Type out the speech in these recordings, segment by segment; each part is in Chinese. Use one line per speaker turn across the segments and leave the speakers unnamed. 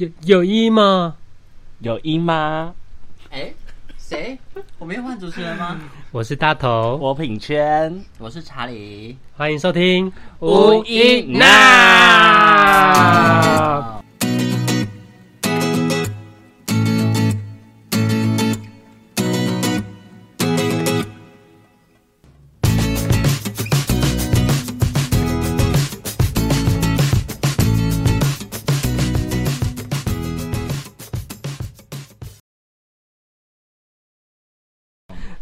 有有一吗？
有音吗？
哎，谁？我没有换主持人吗？
我是大头，
我品圈
我是查理。
欢迎收听
无一那。
啊，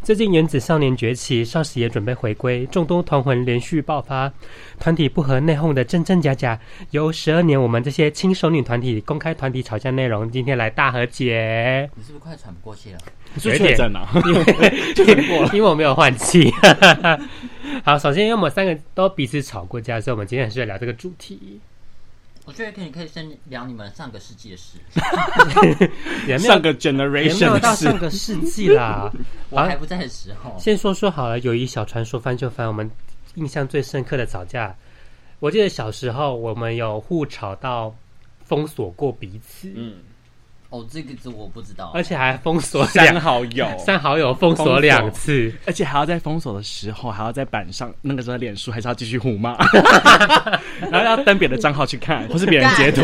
最近原子少年崛起，少时也准备回归，众多团魂连续爆发，团体不和内讧的真真假假，由十二年我们这些轻熟女团体公开团体吵架内容，今天来大和解。
你是不是快喘不过气了？
你
有
是
一点
确诊了？
因为我没有换气。 好，首先因为我们三个都彼此吵过架，所以我们今天还是要聊这个主题。
我觉得可以可以先聊你们上个世纪的事，
也没有
上个
也没
generation
有
的
到
事
上，个世纪啦。
我还不在的时候。
先说说好了，友谊小船说翻就翻。我们印象最深刻的吵架，我记得小时候我们有互吵到封锁过彼此，
嗯，
哦，这个这我不知道
而。且还封锁
三
两
好友，
三好友封
封
锁
锁
两次。
而且还要在封锁的时候，还要在板上那个时候脸书还是要继续互 骂，然后要登别的账号去看，或是别人截图，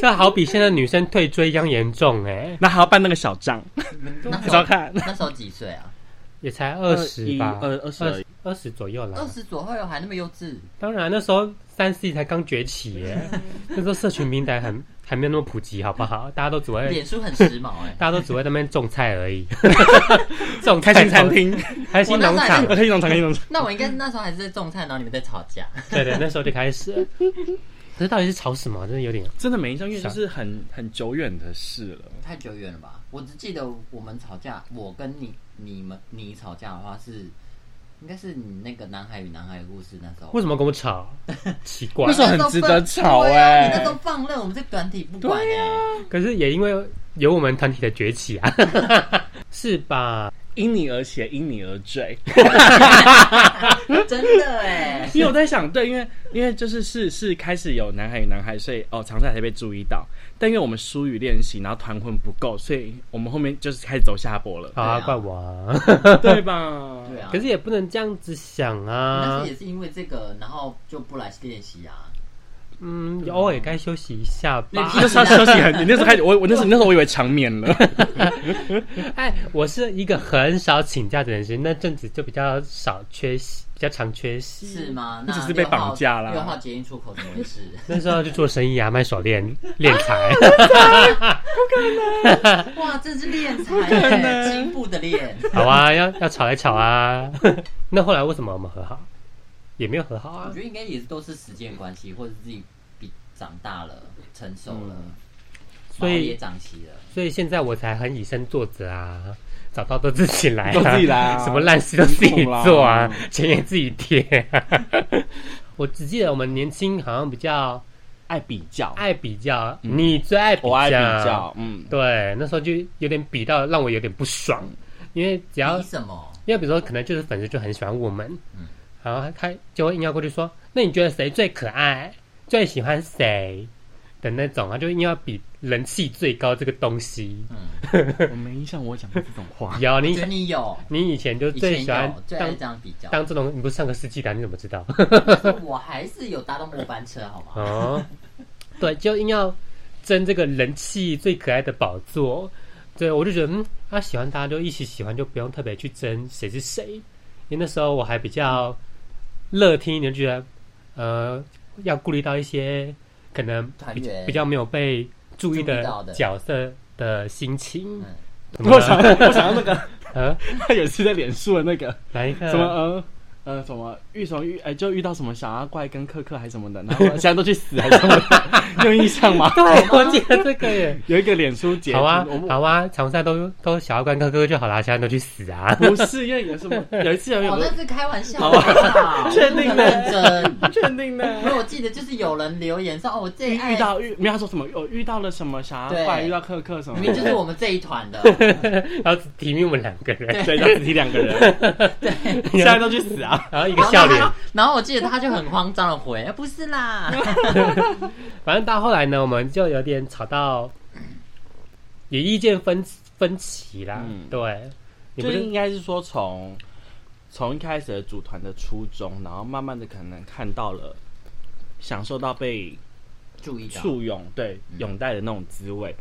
这好比现在女生退追一样严重哎、
那还要办那个小账，
你们那
还
时
是要
候
看。
那时候几岁啊？
也才二十吧，
二一二二十而已
二十左右啦
二。十左右还那么幼稚，
当然那时候三 C 才刚崛起耶， 那时候社群平台很还没有那么普及，好不好？
嗯
大家都只会
脸书很时髦 哎。
大家都只会在那边种菜而 已，种菜
开心餐厅，
开心农场
我那时候还
开心农场，开心农场。
那我应该那时候还是在种菜，然后你们在吵架。
对对，那时候就开始 了。可是到底是吵什么？真的有点
真的没印象，因为就是很很久远的事了。
太久远了吧？我只记得我们吵架，我跟你、你们、你吵架的话是，应该是你那个《男孩与男孩的故事》那时候。
为什么跟我吵？奇怪
为。什么很值得吵
对啊
哎
你那时候放任我们这个团体不管哎、
可是也因为有我们团体的崛起啊， 是吧？
因你而写，因你而坠。
真的哎、
因为我在想，对，因为因为就是是是开始有男孩与男孩，所以哦，常赛才被注意到。但因为我们疏于练习，然后团魂不够，所以我们后面就是开始走下坡了，
好啊，
对啊
怪我啊。
对吧？
对啊，
可是也不能这样子想
但
啊
是。也是因为这个，然后就不来练习啊。
嗯，偶尔也该休息一下吧。
那时候休息很，你那时候开始，我我那时候那时候我以为长眠了，
哎，我是一个很少请假的人士，那阵子就比较少缺席，比较常缺席。
是吗？
你
那
只是被绑架啦
六号六号捷运出口怎么回事？
那时候就做生意啊，卖手链、练 财。
哇，真是练才哎，进步的练。
好啊，要要吵来吵啊。 那后来为什么我们和好？也没有和好
我
啊
觉。得应该也是都是时间关系，或者自己比长大了、成熟了，
所以
毛也长齐了。
所以现在我才很以身作则啊，找到都自己来、啊，
都自己来啊
什么烂事都自己做啊
辛苦啦，嗯
钱也自己贴、啊。 我只记得我们年轻好像比较
爱比较，
爱比较，你最爱比较，
嗯我爱比较，嗯，
对，那时候就有点比到让我有点不爽，因为只要
比什么？
因为比如说可能就是粉丝就很喜欢我们，
嗯
然后他就会硬要过去说，那你觉得谁最可爱，最喜欢谁的那种啊，就硬要比人气最高这个东西。，
我没印象我讲过这种话
有
我
你
嗯觉得你有，
你以前就
以
最
前
喜欢
有，最爱
当
这样比较。
当这种，你不是上个世纪的啊、你怎么知道？
但是我还是有搭到末班车，好吗？
哦， 对，就硬要争这个人气最可爱的宝座。对，我就觉得，嗯，他、喜欢大家就一起喜欢，就不用特别去争谁是谁。因为那时候我还比较乐听一点，就觉得，呃，要顾虑到一些可能
团
比
员
比较没有被注意
注
的
意到的
角色的心情
嗯。
怎么
我想
了？
我想到 那个
呃，
他有一次在脸书的那 个
哪一个？
什么呃呃什么遇什么遇哎就遇到什么小阿怪跟克克还是什么的，然后现在都去死还是什么 的，你有印象吗？
对，我记得这个耶。
有一个脸书截图，
好啊
我们，
好啊，长赛都都小要关哥哥就好啦，现在都去死啊！
哦不是，因为有什么有一次有
我
有
那是开玩笑的，好不好
确定
认真。
不确定呢。
因为我记得就是有人留言说，哦，我最
遇
爱
遇到遇没有他说什么，我遇到了什么小阿怪，
对
遇到克克什么
明
的，
明就是我们这一团的，
然后只提名我们两个人，
对，要自己两 个人，
对。
现在都去死啊！
然后一个
然后
笑脸。
他，然后我记得他就很慌张的回，哎不是啦，
反正到后来呢，我们就有点吵到，也意见分分歧啦。
嗯
对， 你
就
不
是
是
应该是说从从一开始的组团的初衷，然后慢慢的可能看到了，享受到被
注意到，
簇拥对
嗯
拥戴的那种滋味，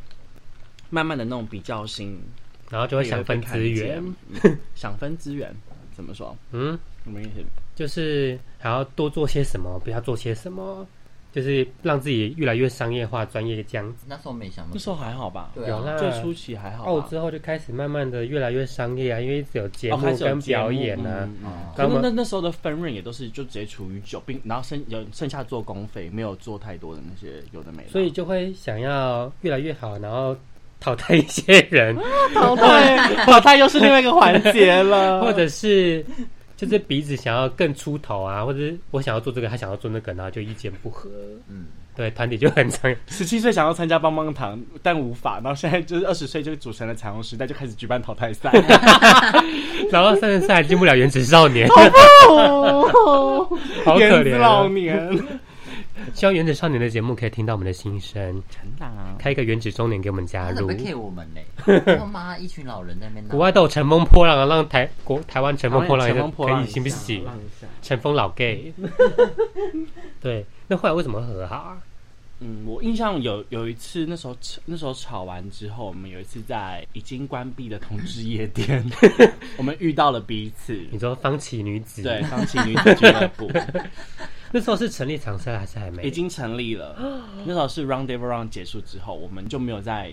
慢慢的那种比较心，
然后就会想分资
也
源
会，被看见，嗯想分资源怎么说？
嗯，
什么意思？
就是还要多做些什么，不要做些什么，就是让自己越来越商业化、专业这样子。
那时候没想到
那，时候还好吧，
对
有
啊，
啦，
最初期还好
哦，
吧。
之后就开始慢慢的越来越商业啊，因为一直有节
哦开
目
始有
跟
节目
表演啊，
嗯嗯
哦
可
那
是
么
那那时候的分润也都是就直接除以九，并然后剩有剩下做工费，没有做太多的那些有的没的。
所以就会想要越来越好，然后淘汰一些人，
淘汰淘汰又是另外一个环节了，
或者是就是鼻子想要更出头啊，或者是我想要做这个，他想要做那个，然后就意见不合，
嗯，
对，团体就很常
十七岁想要参加棒棒糖，但无法，然后现在就是二十岁就组成了彩虹时代，就开始举办淘汰赛。
然后三十岁还进不了原子少 年，
哦，
好可
原子
怜
老
啊。
年，
希望原子少年的节目可以听到我们的心声，
真的啊，
开一个原子周年给我们加
他怎
入
么。可以我们 嘞？他妈一群老人在那边闹
国外都有乘风破浪啊，让台国台湾乘风破浪
乘风破浪
可以行不行？
浪一下
乘风老 gay，对，那后来为什么和好啊？
嗯，我印象有有一次，那时候吵那时候吵完之后，我们有一次在已经关闭的同志夜 店，我们遇到了彼此。
你说方琦女子，
对，，钢琴女子俱乐部
那时候是成立长沙还是还没？
已经成立 了。那时候是 Roundable Round 结束之后，我们就没有再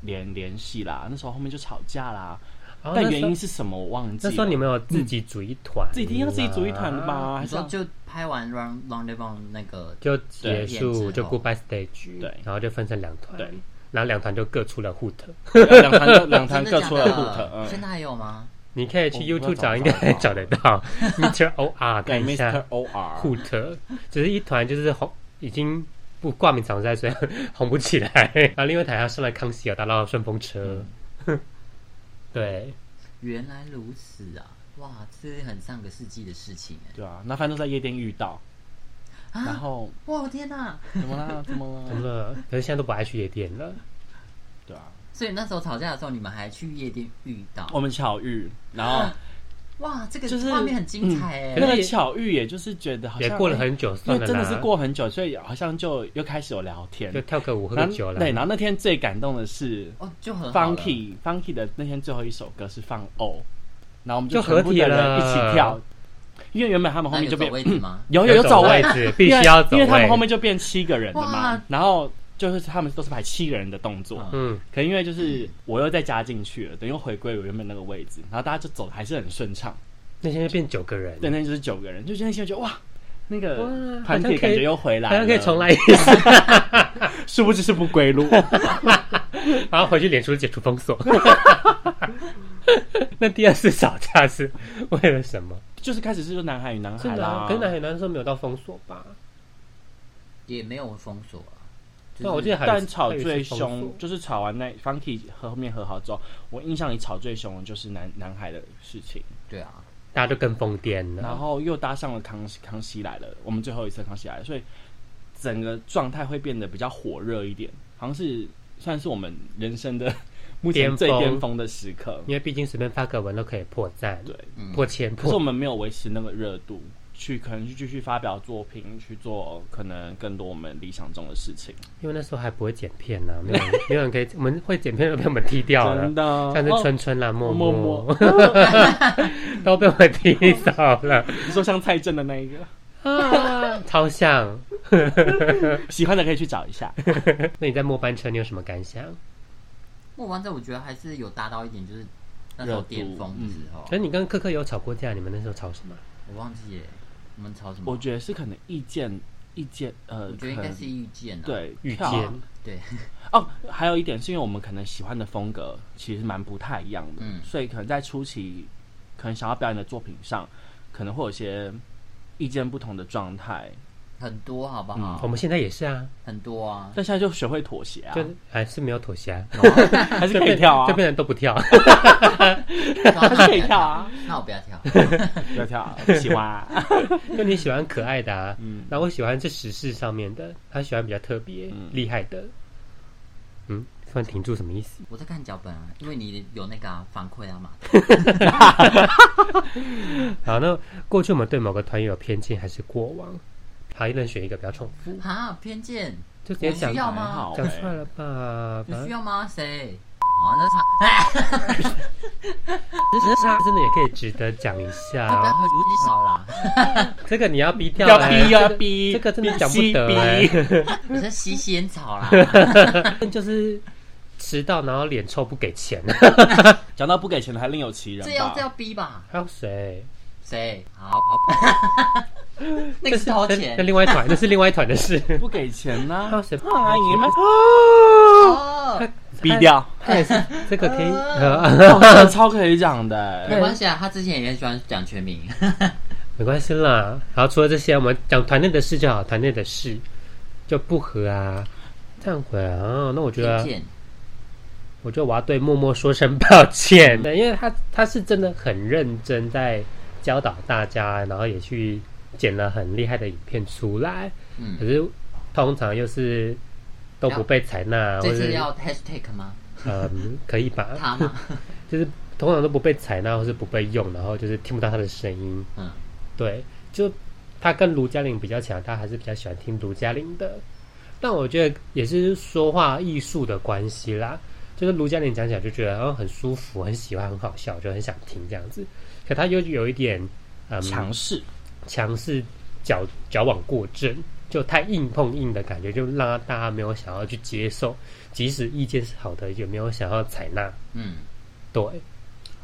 联联系啦。那时候后面就吵架啦，
哦，
但
那
原
时候
因是什么我忘记
那
了。
时候你们有自己组一团、
自己一定要自己组一团的？吧？还
你
是
说
要
就拍完 Round Round a b o u 那个，
就结束
对
就 Goodbye Stage，
对
然后就分成两团，
对，
然后两团就各出了 hoot。
两团 就两团
真
各
的假
出了 hoot，
的？现
嗯，
在还有吗？
你可以去
我
YouTube
哦我
找，
找
应该
找找
找得到 Mr. OR
对
看一下
，Mr. OR，
hoot，只是一团就是红已经。不挂名长沙，所以红不起来。 然后另外一台要上了康熙，有搭到顺风车。
嗯
对，
原来如此啊！哇，这是很上个世纪的事情哎、
对啊，那反正都在夜店遇到，然
啊！
后
哇，我天哪！
怎么啦？怎么
怎
了？
么了？可是现在都不爱去夜店了。
对啊，
所以那时候吵架的时候，你们还去夜店遇到？嗯
我们巧遇，哦然后
哇，这个
就是嗯
画面很啊精彩哎、
可是
那
也
个巧遇，也就是觉得好
也
像哎
过了很久，算
因
了啦，
为真的是过很久，所以好像就又开始有聊天
就。跳个舞，喝个
然后
酒了。
对，然后那天最感动的是
哦，就很好了
Funky Funky 的那天最后一首歌是放偶，然后我们
就合
全部
体
的人
了
一起跳，因为原本他们后
那
面
有
就嗯
走
变
位置吗？
有
有
有
走
走
位
位
置必须要走
因为因为他
位
们后面就变七个人的嘛
哇，
然后就是他们都是排七个人的动作，
嗯
嗯，
可能因为就是我又再加进去了，等于又回归我原本那个位置，然后大家就走的还是很顺畅，
那现在变九个人，
对，那就是九个人，就现在现在觉得哇。那
哇
个
好像
团
可以
体感觉又回来
好
了，
像可以重来一次，
殊不知是不 归路。
然后回去脸书解除封 锁。那第二次吵架是为了什么？
就是开始是说男孩与男
是
孩啦
啊男，，跟男海南说没有到封锁吧？
也没有封锁啊。就是
那我记得还有一
但
次
吵最，
还有一次
凶
封锁
就是吵完那 Funky 和后面和好之后，我印象里吵最凶的就是男男孩的事情，
对啊，
大家就更疯癫了。
然后又搭上了康熙康熙来了，我们最后一次康熙来了，所以整个状态会变得比较火热一点，好像是算是我们人生的 目前最
巅峰
巅峰的时刻。
因为毕竟随便发个文都可以破赞，
对，
嗯
破千
可是我
破。
们没有维持那个热度，去可能去继续发表作品，去做可能更多我们理想中的事情。
因为那时候还不会剪片呢，没有人没有人可以，我们会剪片都被我们踢掉了
真。的，
像是
哦
春春啦、默
默
默
默，
都被我们踢走了，
你说像蔡正的那一个，
啊 超像。
喜欢的可以去找一下。
那你在末班车你有什么感想？
末班车我觉得还是有达到一点，就是那时候巅峰的时候，
嗯
可是你跟科科有吵过架，你们那时候吵什么？
我忘记耶，我们吵什么？
我觉得是可能意见，意见，呃，
我觉得应
可
该
能
是遇见啊，
对
遇
跳
见
对，
哦。还有一点是因为我们可能喜欢的风格其实蛮不太一样的，
嗯
所以可能在初期，可能想要表演的作品上，可能会有一些意见不同的状态，
很多好不
嗯
好？
我们现在也是啊，
很多 啊，
但现在就学会妥哦协啊，
就还是没有妥协、 啊，
还是可以跳 啊
这，边人都不 跳，
还是可以跳啊，
那我不要跳，
不要跳啊，不喜欢啊。
就你喜欢可爱的啊，
嗯
然后我喜欢这时事上面的，他喜欢比较特别、厉害的。嗯，突然停住什么意思？
我在看脚本啊，因为你有那个啊反馈啊嘛。
好，那过去我们对某个团员有偏见还是过往？好，一人选一个，不要重复，
嗯
啊，偏见，
就直接
我
讲
需要吗？
讲出来了吧。
你
反正
需要吗？谁？啊，那是
真的也可以值得讲一
他哎不要
下。
会你少啦，
这个你要逼掉
要
欸，
逼要
这个
逼，
这个真的
逼
讲不得
逼
欸。
你是吸仙草啦。
哎 就是迟到，然后脸臭不给钱。
讲到不给钱的还另有其人吧，
这要这要逼吧？
还有谁？
谁？好，好 那个是掏
那
钱
另外一团，那是另外一团的事。
不给钱呢、
还有谁？
阿姨们，啊
哦，
逼 掉，
他哎也是这个可以。
呃
哦真的超可以讲 的
没
欸。
关系啊，他之前也很喜欢讲全 名，
没关系啦。然后除了这些，我们讲团内的事就好，团内的事就不合啊，忏悔啊。那我觉
偏
得，
见。
我觉得我要对默默说声抱歉，对，因为他他是真的很认真在教导大家，然后也去剪了很厉害的影片出来，可
嗯，
是通常又是都不被采纳，或
这
者
次要 hashtag 吗？
嗯可以 吧？
他吗？
就是通常都不被采纳，或是不被用，然后就是听不到他的声音。
嗯，
对，就他跟卢嘉玲比较强，他还是比较喜欢听卢嘉玲的。但我觉得也是说话艺术的关系啦，就是卢嘉玲讲起来就觉得哦很舒服，很喜欢，很好笑，就很想听这样子。可他又有一点嗯
尝试，
强势矫矫枉过正，就太硬碰硬的感觉，就让大家没有想要去接受，即使意见是好的，也没有想要采纳。
嗯，
对，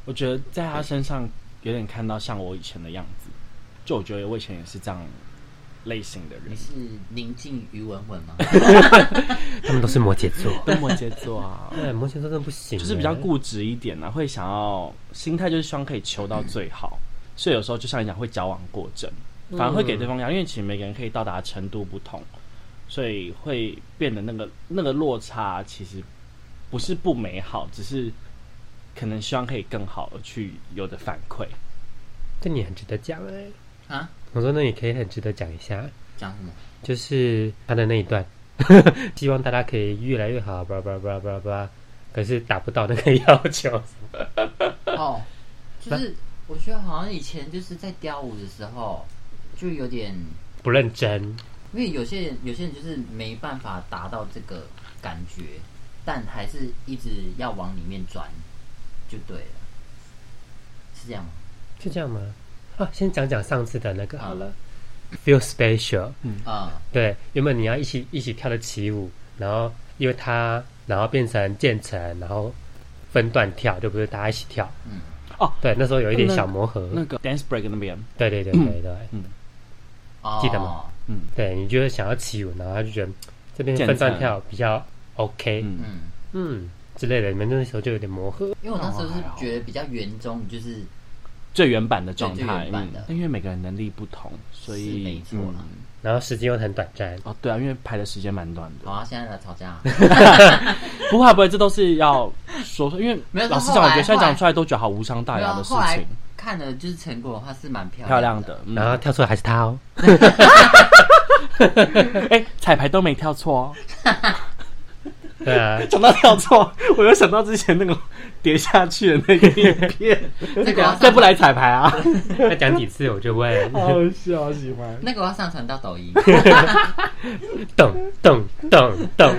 我觉得在他身上有点看到像我以前的样子，就我觉得我以前也是这样类型的
你
人，
是宁静于文文 吗？
他们都是摩羯座。
跟摩羯座啊，
对，摩羯座真的不行，
就是比较固执一点啊，会想要心态就是希望可以求到最好，所以有时候就像你讲会矫枉过正，
嗯
反而会给对方压力，因为其实每个人可以到达的程度不同，所以会变得那个那个落差其实不是不美好，只是可能希望可以更好而去有的反馈。
这你很值得讲哎、
啊，
我说那也可以很值得讲一下，
讲什么？
就是他的那一段， 希望大家可以越来越好，叭叭叭叭叭，可是达不到那个要求。
哦，就是我觉得好像以前就是在雕舞的时候，就有点，
不认真，
因为有些人有些人就是没办法达到这个感觉，但还是一直要往里面钻，就对了，是这样吗？
是这样吗？啊，先讲讲上次的那个好了、f e e l special，
啊、
对，原本你要一起一起跳的起舞，然后因为他，然后变成建成，然后分段跳，就不是大家一起跳。
嗯，
哦
对，那时候有一点小磨合。
那个 dance break 那边，
对对对对对，
哦，
记得吗？
嗯
对你就是想要起舞，然后他就觉得这边
建
分段
成
跳比较 OK，嗯
嗯，
嗯，
之类的，你们那时候就有点磨合。
因为我那时候是觉得比较圆中，就是
最原版的状
对最
态，
原
嗯
版的
但因为每个人能力不同，所
是
以
没错
嗯
啦
然后时间又很短暂，
哦，对啊，因为排的时间蛮短的
好。啊，现在来吵架，
不会不会，这都是要说说，因为
没有
老实
是
讲，
后
我
来
觉得现在讲出来都觉得好无伤大
没有
雅的
啊
事
后来
情，
看了就是成果的话是蛮漂
漂
亮
亮
的，
的。嗯
然后跳出来还是他哦。
哎，彩排都没跳错 哦。
对啊，
讲到跳错， 我又想到之前那个跌下去的那个影片，
那个 要
再不来彩排啊！
他讲几次我就问，
好笑，喜欢。
那个我要上传到抖音，
咚咚咚咚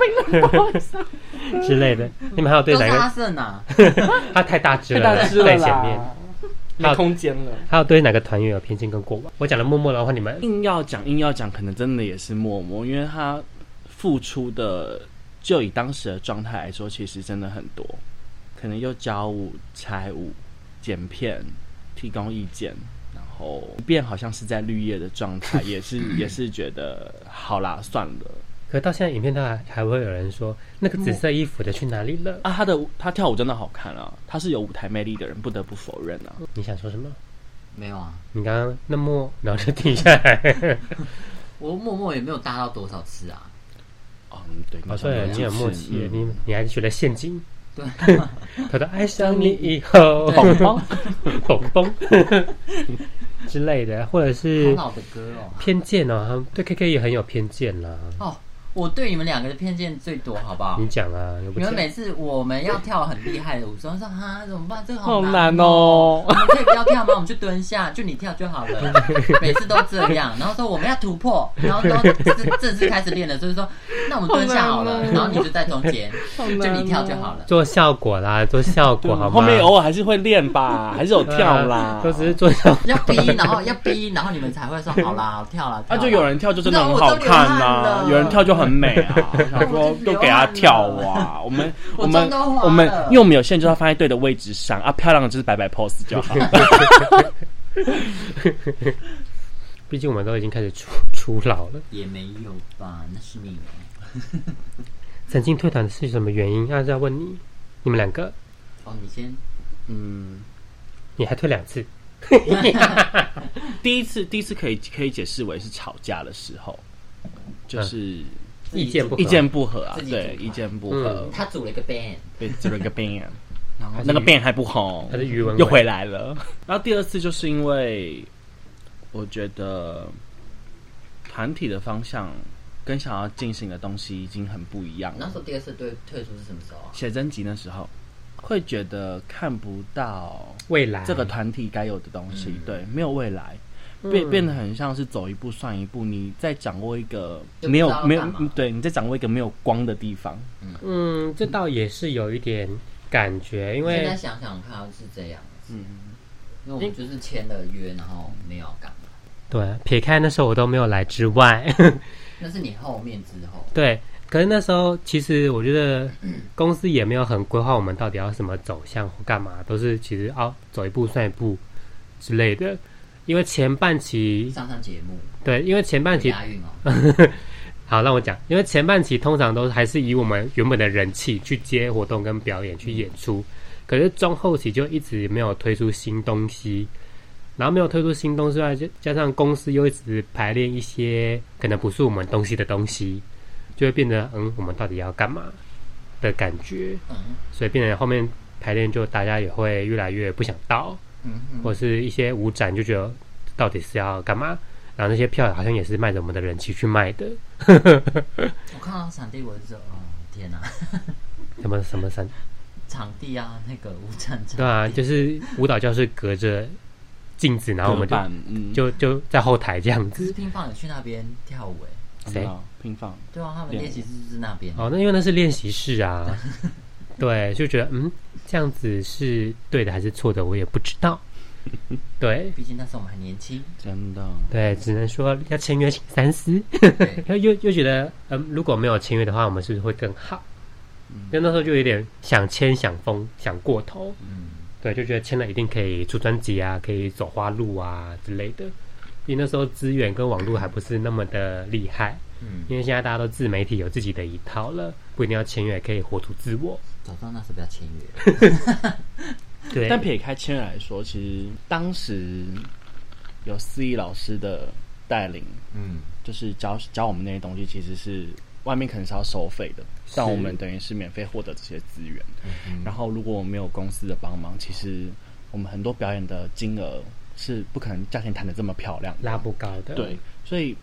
之类的。你们还有对
都是
哪
阿
个？
胜啊，
他太大只
太
了，
大只了
在前面。
啦，没空间了。
还有对哪个团员有偏见跟过往？我讲了默默的话，你们
硬要讲硬要讲，可能真的也是默默，因为他付出的，就以当时的状态来说，其实真的很多，可能又教舞、拆舞、剪片、提供意见，然后即便好像是在绿叶的状态，也 是也是觉得好啦，算了
可到现在影片都还还会有人说那个紫色衣服的去哪里了？
啊。他的舞他跳舞真的好看啊，他是有舞台魅力的人，不得不否认啊。
你想说什么？
没有啊，
你刚刚那么，然后就停下 来。
我默默也没有搭到多少次啊。
哦
嗯，对，
好像你很默契，你
嗯
你还学了陷阱。
对，
他说爱上你以后，
宝 宝，
蹦蹦 之类的，或者
好
是
老的歌哦。
偏见哦，他们对 KK 也很有偏见啦。
哦，我对你们两个的偏见最多，好不好
你？讲啊，又不
你
讲。
们每次我们要跳很厉害的舞，说说哈怎么办？这个
好
难
难。哦
我。们可以不要跳吗？我们就蹲下，就你跳就好了。每次都这样，然后说我们要突破，然后都正正式开始练了，所以说那我们蹲下好了，
好难哦哦
然后你就在中间，就你跳就好了。
做效果啦，做效果好吗？
后面偶尔还是会练吧，还是有跳啦
啊，都只是做效果。
要逼，然后要逼，然后你们才会说好啦，跳啦。跳
啊，
啦
就有人跳就真的很好看呐、
那我都流汗了
有人跳就很美 啊。我想说都给他跳啊，我们
我
们
妆都花了
我们，因为我们有线就要放在对的位置上啊，漂亮的就是摆摆 pose 就 好。
毕竟我们都已经开始出出老了。
也没有吧？那是你们。哦
曾经退团是什么原因？那是要问你，你们两个，
哦，你先。
嗯，
你还退两次，
第一次第一次可以可以解释为是吵架的时候，就是
意见嗯不合
意见不合啊
自，己
对，
组团
意见不合
嗯
他组了一个 band，
被指了个 ban，然后
还是
那个 ban 还不红
还，是余文
又回来 了。然后第二次就是因为我觉得团体的方向跟想要进行的东西已经很不一样
那
了
时。候第二次对退出是什么时候啊？
写真集那时候会觉得看不到
未来
这个团体该有的东西，
嗯
对，没有未来。
嗯
变变得很像是走一步算一步，你在掌握一个
就
没
不知
有
道要
没有
干嘛
对，你在掌握一个没有光的地方。
嗯，这倒也是有一点感觉，因
现
为
在想想看是这样子，
嗯，
因为我们就是签了约，然后没有干嘛。
对，撇开那时候我都没有来之外，
那是你后面之后，
对，可是那时候其实我觉得公司也没有很规划我们到底要什么走向或干嘛，都是其实哦走一步算一步之类的。因为前半期
上上节目，
对，因为前半期
押韵 哦。
嗯好，让我讲，因为前半期通常都还是以我们原本的人气去接活动跟表演去演出，可是中后期就一直没有推出新东西，然后没有推出新东西外，就加上公司又一直排练一些可能不是我们东西的东西，就会变得嗯，我们到底要干嘛的感觉，
嗯
所以变得后面排练就大家也会越来越不想到，
嗯哼，
或是一些舞展就觉得到底是要干嘛，然后那些票好像也是卖着我们的人气去卖的。
我看到场地我就说，哦天哪、
什么什么三？
场地啊，那个舞战场地
对啊，就是舞蹈教室隔着镜子，然后我们
隔板嗯
就就就在后台这样
可是
子。
乒乓也去那边跳舞哎、
谁
啊拼放
对啊，他们
练舞
练习室就是那边，
哦，那因为那是练习室啊，对，就觉得嗯，这样子是对的还是错的，我也不知道。对
毕竟那时候我们还年轻，
真的
对，只能说要签约请三思。
对，
又又又觉得，嗯，如果没有签约的话，我们是不是会更好？因为那时候就有点想签想疯想过头，
嗯，
对，就觉得签了一定可以出专辑啊，可以走花路啊之类的。因为那时候资源跟网络还不是那么的厉害，
嗯
因为现在大家都自媒体有自己的一套了，不一定要签约，也可以活出自我。
早知道那时候不要签 约，
对，
但撇开千人来说，其实当时有司仪老师的带领，
嗯，
就是教教我们那些东西，其实是外面可能是要收费的，但我们等于是免费获得这些资源。
嗯
然后如果我们没有公司的帮忙，其实我们很多表演的金额是不可能价钱谈的这么漂亮的。
拉不高的，
对，，所以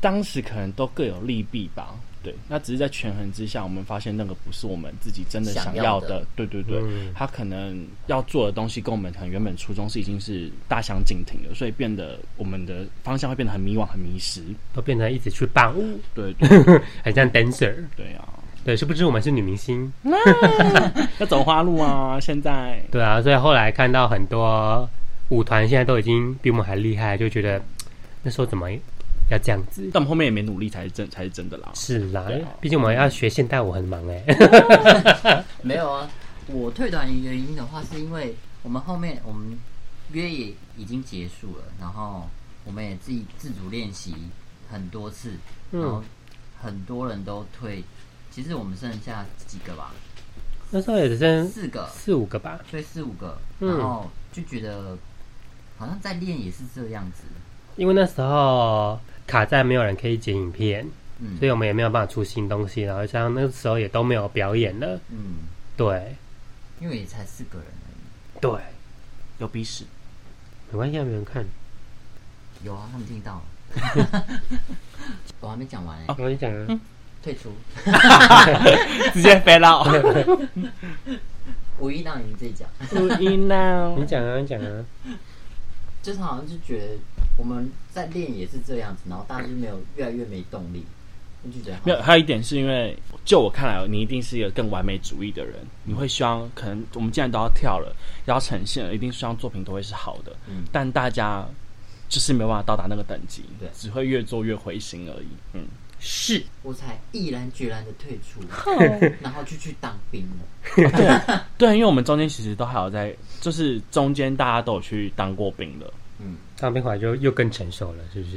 当时可能都各有利弊吧。对，那只是在权衡之下，我们发现那个不是我们自己真的
想
想
要
要
的
的。对对对，
嗯
他可能要做的东西跟我们可能原本初衷是已经是大相径庭了，所以变得我们的方向会变得很迷惘、很迷失。
都变成一直去伴舞，
对 对
很像 dancer。
对啊，
对，殊不知我们是女明星。
要走花路啊！现在
对啊，所以后来看到很多舞团现在都已经比我们还厉害，就觉得那时候怎么要这样子？
但我们后面也没努力才是真才是真的啦。
是啦
对啊，
毕竟我们要学现代舞很忙哎、
没有啊，我退团的原因的话，是因为我们后面我们约也已经结束了，然后我们也自己自主练习很多次，然后很多人都退，其实我们剩下几个吧，
那时候也只剩
四个，
四五个吧，
所以四五个，
嗯
然后就觉得好像在练也是这样子，
因为那时候卡在没有人可以剪影片，
嗯
所以我们也没有办法出新东西，然后像那时候也都没有表演了，
嗯，
对
因为也才四个人而
对，
有鼻屎，
没关系，啊，没人看，
已，有啊，他们听到了，我还没讲完哎、
我跟你讲啊，
退出，
直接飞 到。
五一档你自己讲，
嗯 你讲啊，你讲啊，
就是好像就觉得我们在练也是这样子，然后大家就没有越来越没动力，我就觉得好
没有，还有一点是因为，就我看来，你一定是一个更完美主义的人，你会希望可能我们既然都要跳了，要呈现了，一定希望作品都会是好的。
嗯
但大家就是没有办法到达那个等级，
对
只会越做越灰心而已。嗯，
是
我才毅然决然的退出，然后就去当兵了。
对，因为我们中间其实都还有在，就是中间大家都有去当过兵的，
嗯，
当兵回来就又更成熟了，是不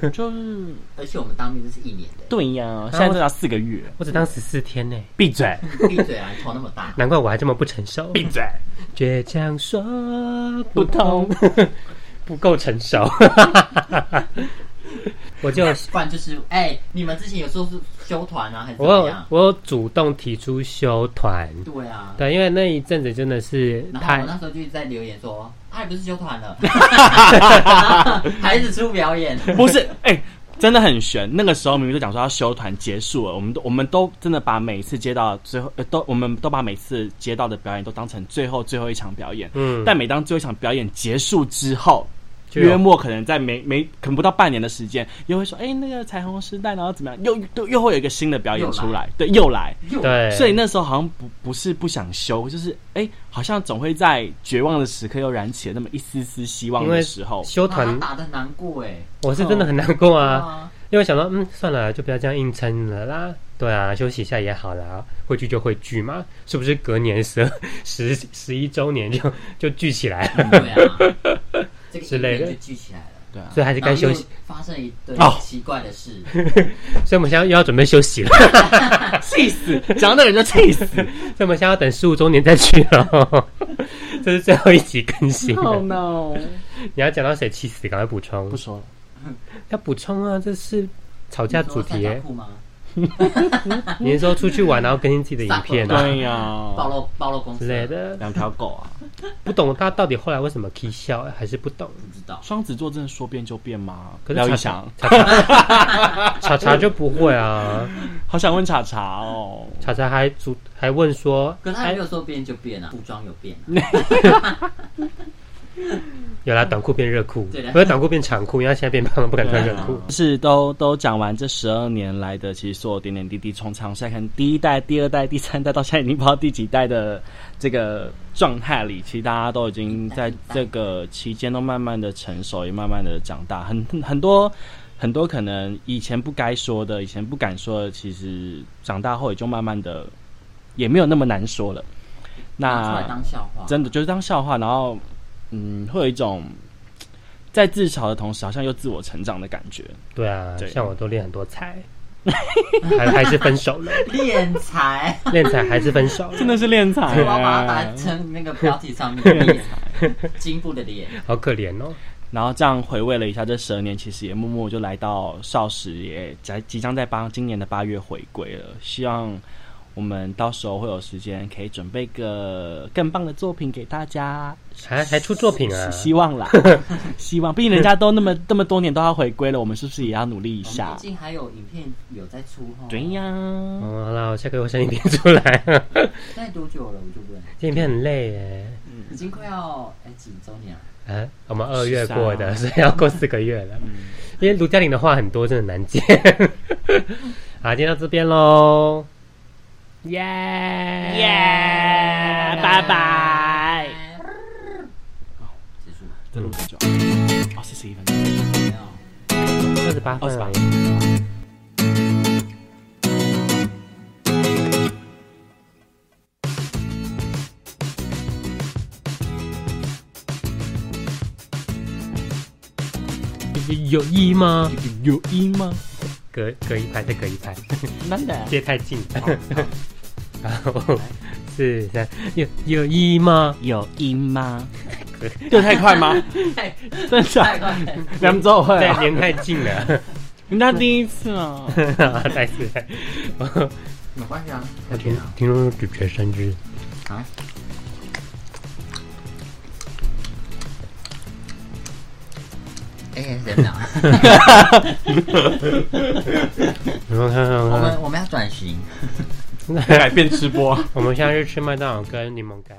是？
就是
而且我们当兵就是一年的，
对呀、现在都要四个月，
我只当十四天呢、
闭嘴，
闭嘴啊，你头那么大。
难怪我还这么不成熟，
闭嘴，
倔强说不 通，不够成熟， 我就
不然就是，哎、你们之前有说是修团啊，还是怎
我
么
有
样？
我有主动提出休团，
对啊。
对，因为那一阵子真的是
然后
太
我那时候就一直在留言说，他、也不是修 团了，孩子出表演，
不是，哎、真的很悬。那个时候明明就讲说要休团结束了，我们都我们都真的把每次接到的最后，呃、都我们都把每次接到的表演都当成最后最后一场表演。
嗯，
但每当最后一场表演结束之后，
就有
约莫可能在没没可能不到半年的时间，又会说，哎、那个彩虹时代，然后怎么样，又又又会有一个新的表演出来，对，又来。
又
对，
所以那时候好像不不是不想休，就是哎、好像总会在绝望的时刻又燃起了那么一丝丝希望
因
的
为
时候。
休
然
团
后他，打的难过哎、
我是真的很难过
对
啊，
啊，
因为我想到嗯，算了，就不要这样硬撑了啦。对啊，休息一下也好啦，会聚就会聚嘛，是不是？隔年十十十一周年就就聚起来了，
对啊， 这个
之类的
影片就聚起来了。
对啊，
所以还是该休息，，
发生一堆
哦
奇怪的事，
所以我们现在又要准备休息 了，
气死，讲到人就气死。
所以我们现在要等十五周年再去了， 这是最后一集更新了。
no！
你要讲到谁气死，赶快补充
不，说了，
要补充啊！这是吵架
你
主
说
题
三
耶、
角裤吗？
你是说出去玩然后更新自己的影片啊
对呀、
暴露暴露公司
之
啊
类，的？
两条狗啊！
不懂他到底后来为什么 k 笑，还是不懂？
不知道。
双子座真的说变就变吗？
可是
廖一
查
翔，
查查就不会啊，
好想问查查哦。
查查还主还问说，
可是他也
哎
没有说变就变啊，服装有变啊，
有啦，短裤变热裤
对啦，
不是短裤变长裤，因为他现在变胖了，不敢穿热裤。
就是都都讲完这十二年来的，其实所有点点滴滴，从长赛看第一代、第二代、第三代，到现在已经不知道第几代的这个状态里，其实大家都已经在这个期间都慢慢的成熟，也慢慢的长大，很 很很多很多可能以前不该说的，以前不敢说的，其实长大后也就慢慢的也没有那么难说了。
拿出来
那
当笑话，
真的就是当笑话，然后嗯，会有一种在自嘲的同时，好像又自我成长的感觉。
对啊，
对
像我都练很多才， 还还是分 手了，
敛财，
练才还是分手了，
真的是练才、
我要把它打成那个标题上面 敛财，进步的敛，
好可怜哦。
然后这样回味了一下这十二年，其实也默默就来到少时，也在即将在八今年的八月回归了。希望我们到时候会有时间可以准备个更棒的作品给大家。
还还出作品啊？
希望 啦，希望，毕竟人家都那么这么多年都要回归了，我们是不是也要努力一
嗯我们
下
毕？竟还有影片有在出哈，
对呀、
哦，好啦，我下个月我生一片出来，
现在多久了？我就问，
这影片很累耶。
嗯
已经快要哎几周年了，
啊，我们二月
13
过的，所以要过四个月了。
嗯
因为卢嘉玲的话很多，真的难接。 好，今天到这边喽，耶
耶，拜拜。
结束了
这录多久啊？哦，四十一分钟。
没有？
二十八分而已。有意义吗？
有音吗？
隔隔一排再隔一排，
难的。
接太近了。然后是三有有意义吗？
有音吗？
的，
对太快 吗？
太
真
太
的，
快了，
两周会
在
啊，
连太近 了，
人家第一次 啊，
再次来，我
没关系啊，
我
快
听
点啊
听说只缺三只，
啊！哎，等等，
然后看看
我
看
们我们要转型。
改变吃播。
我们现在是吃麦当劳跟柠檬干。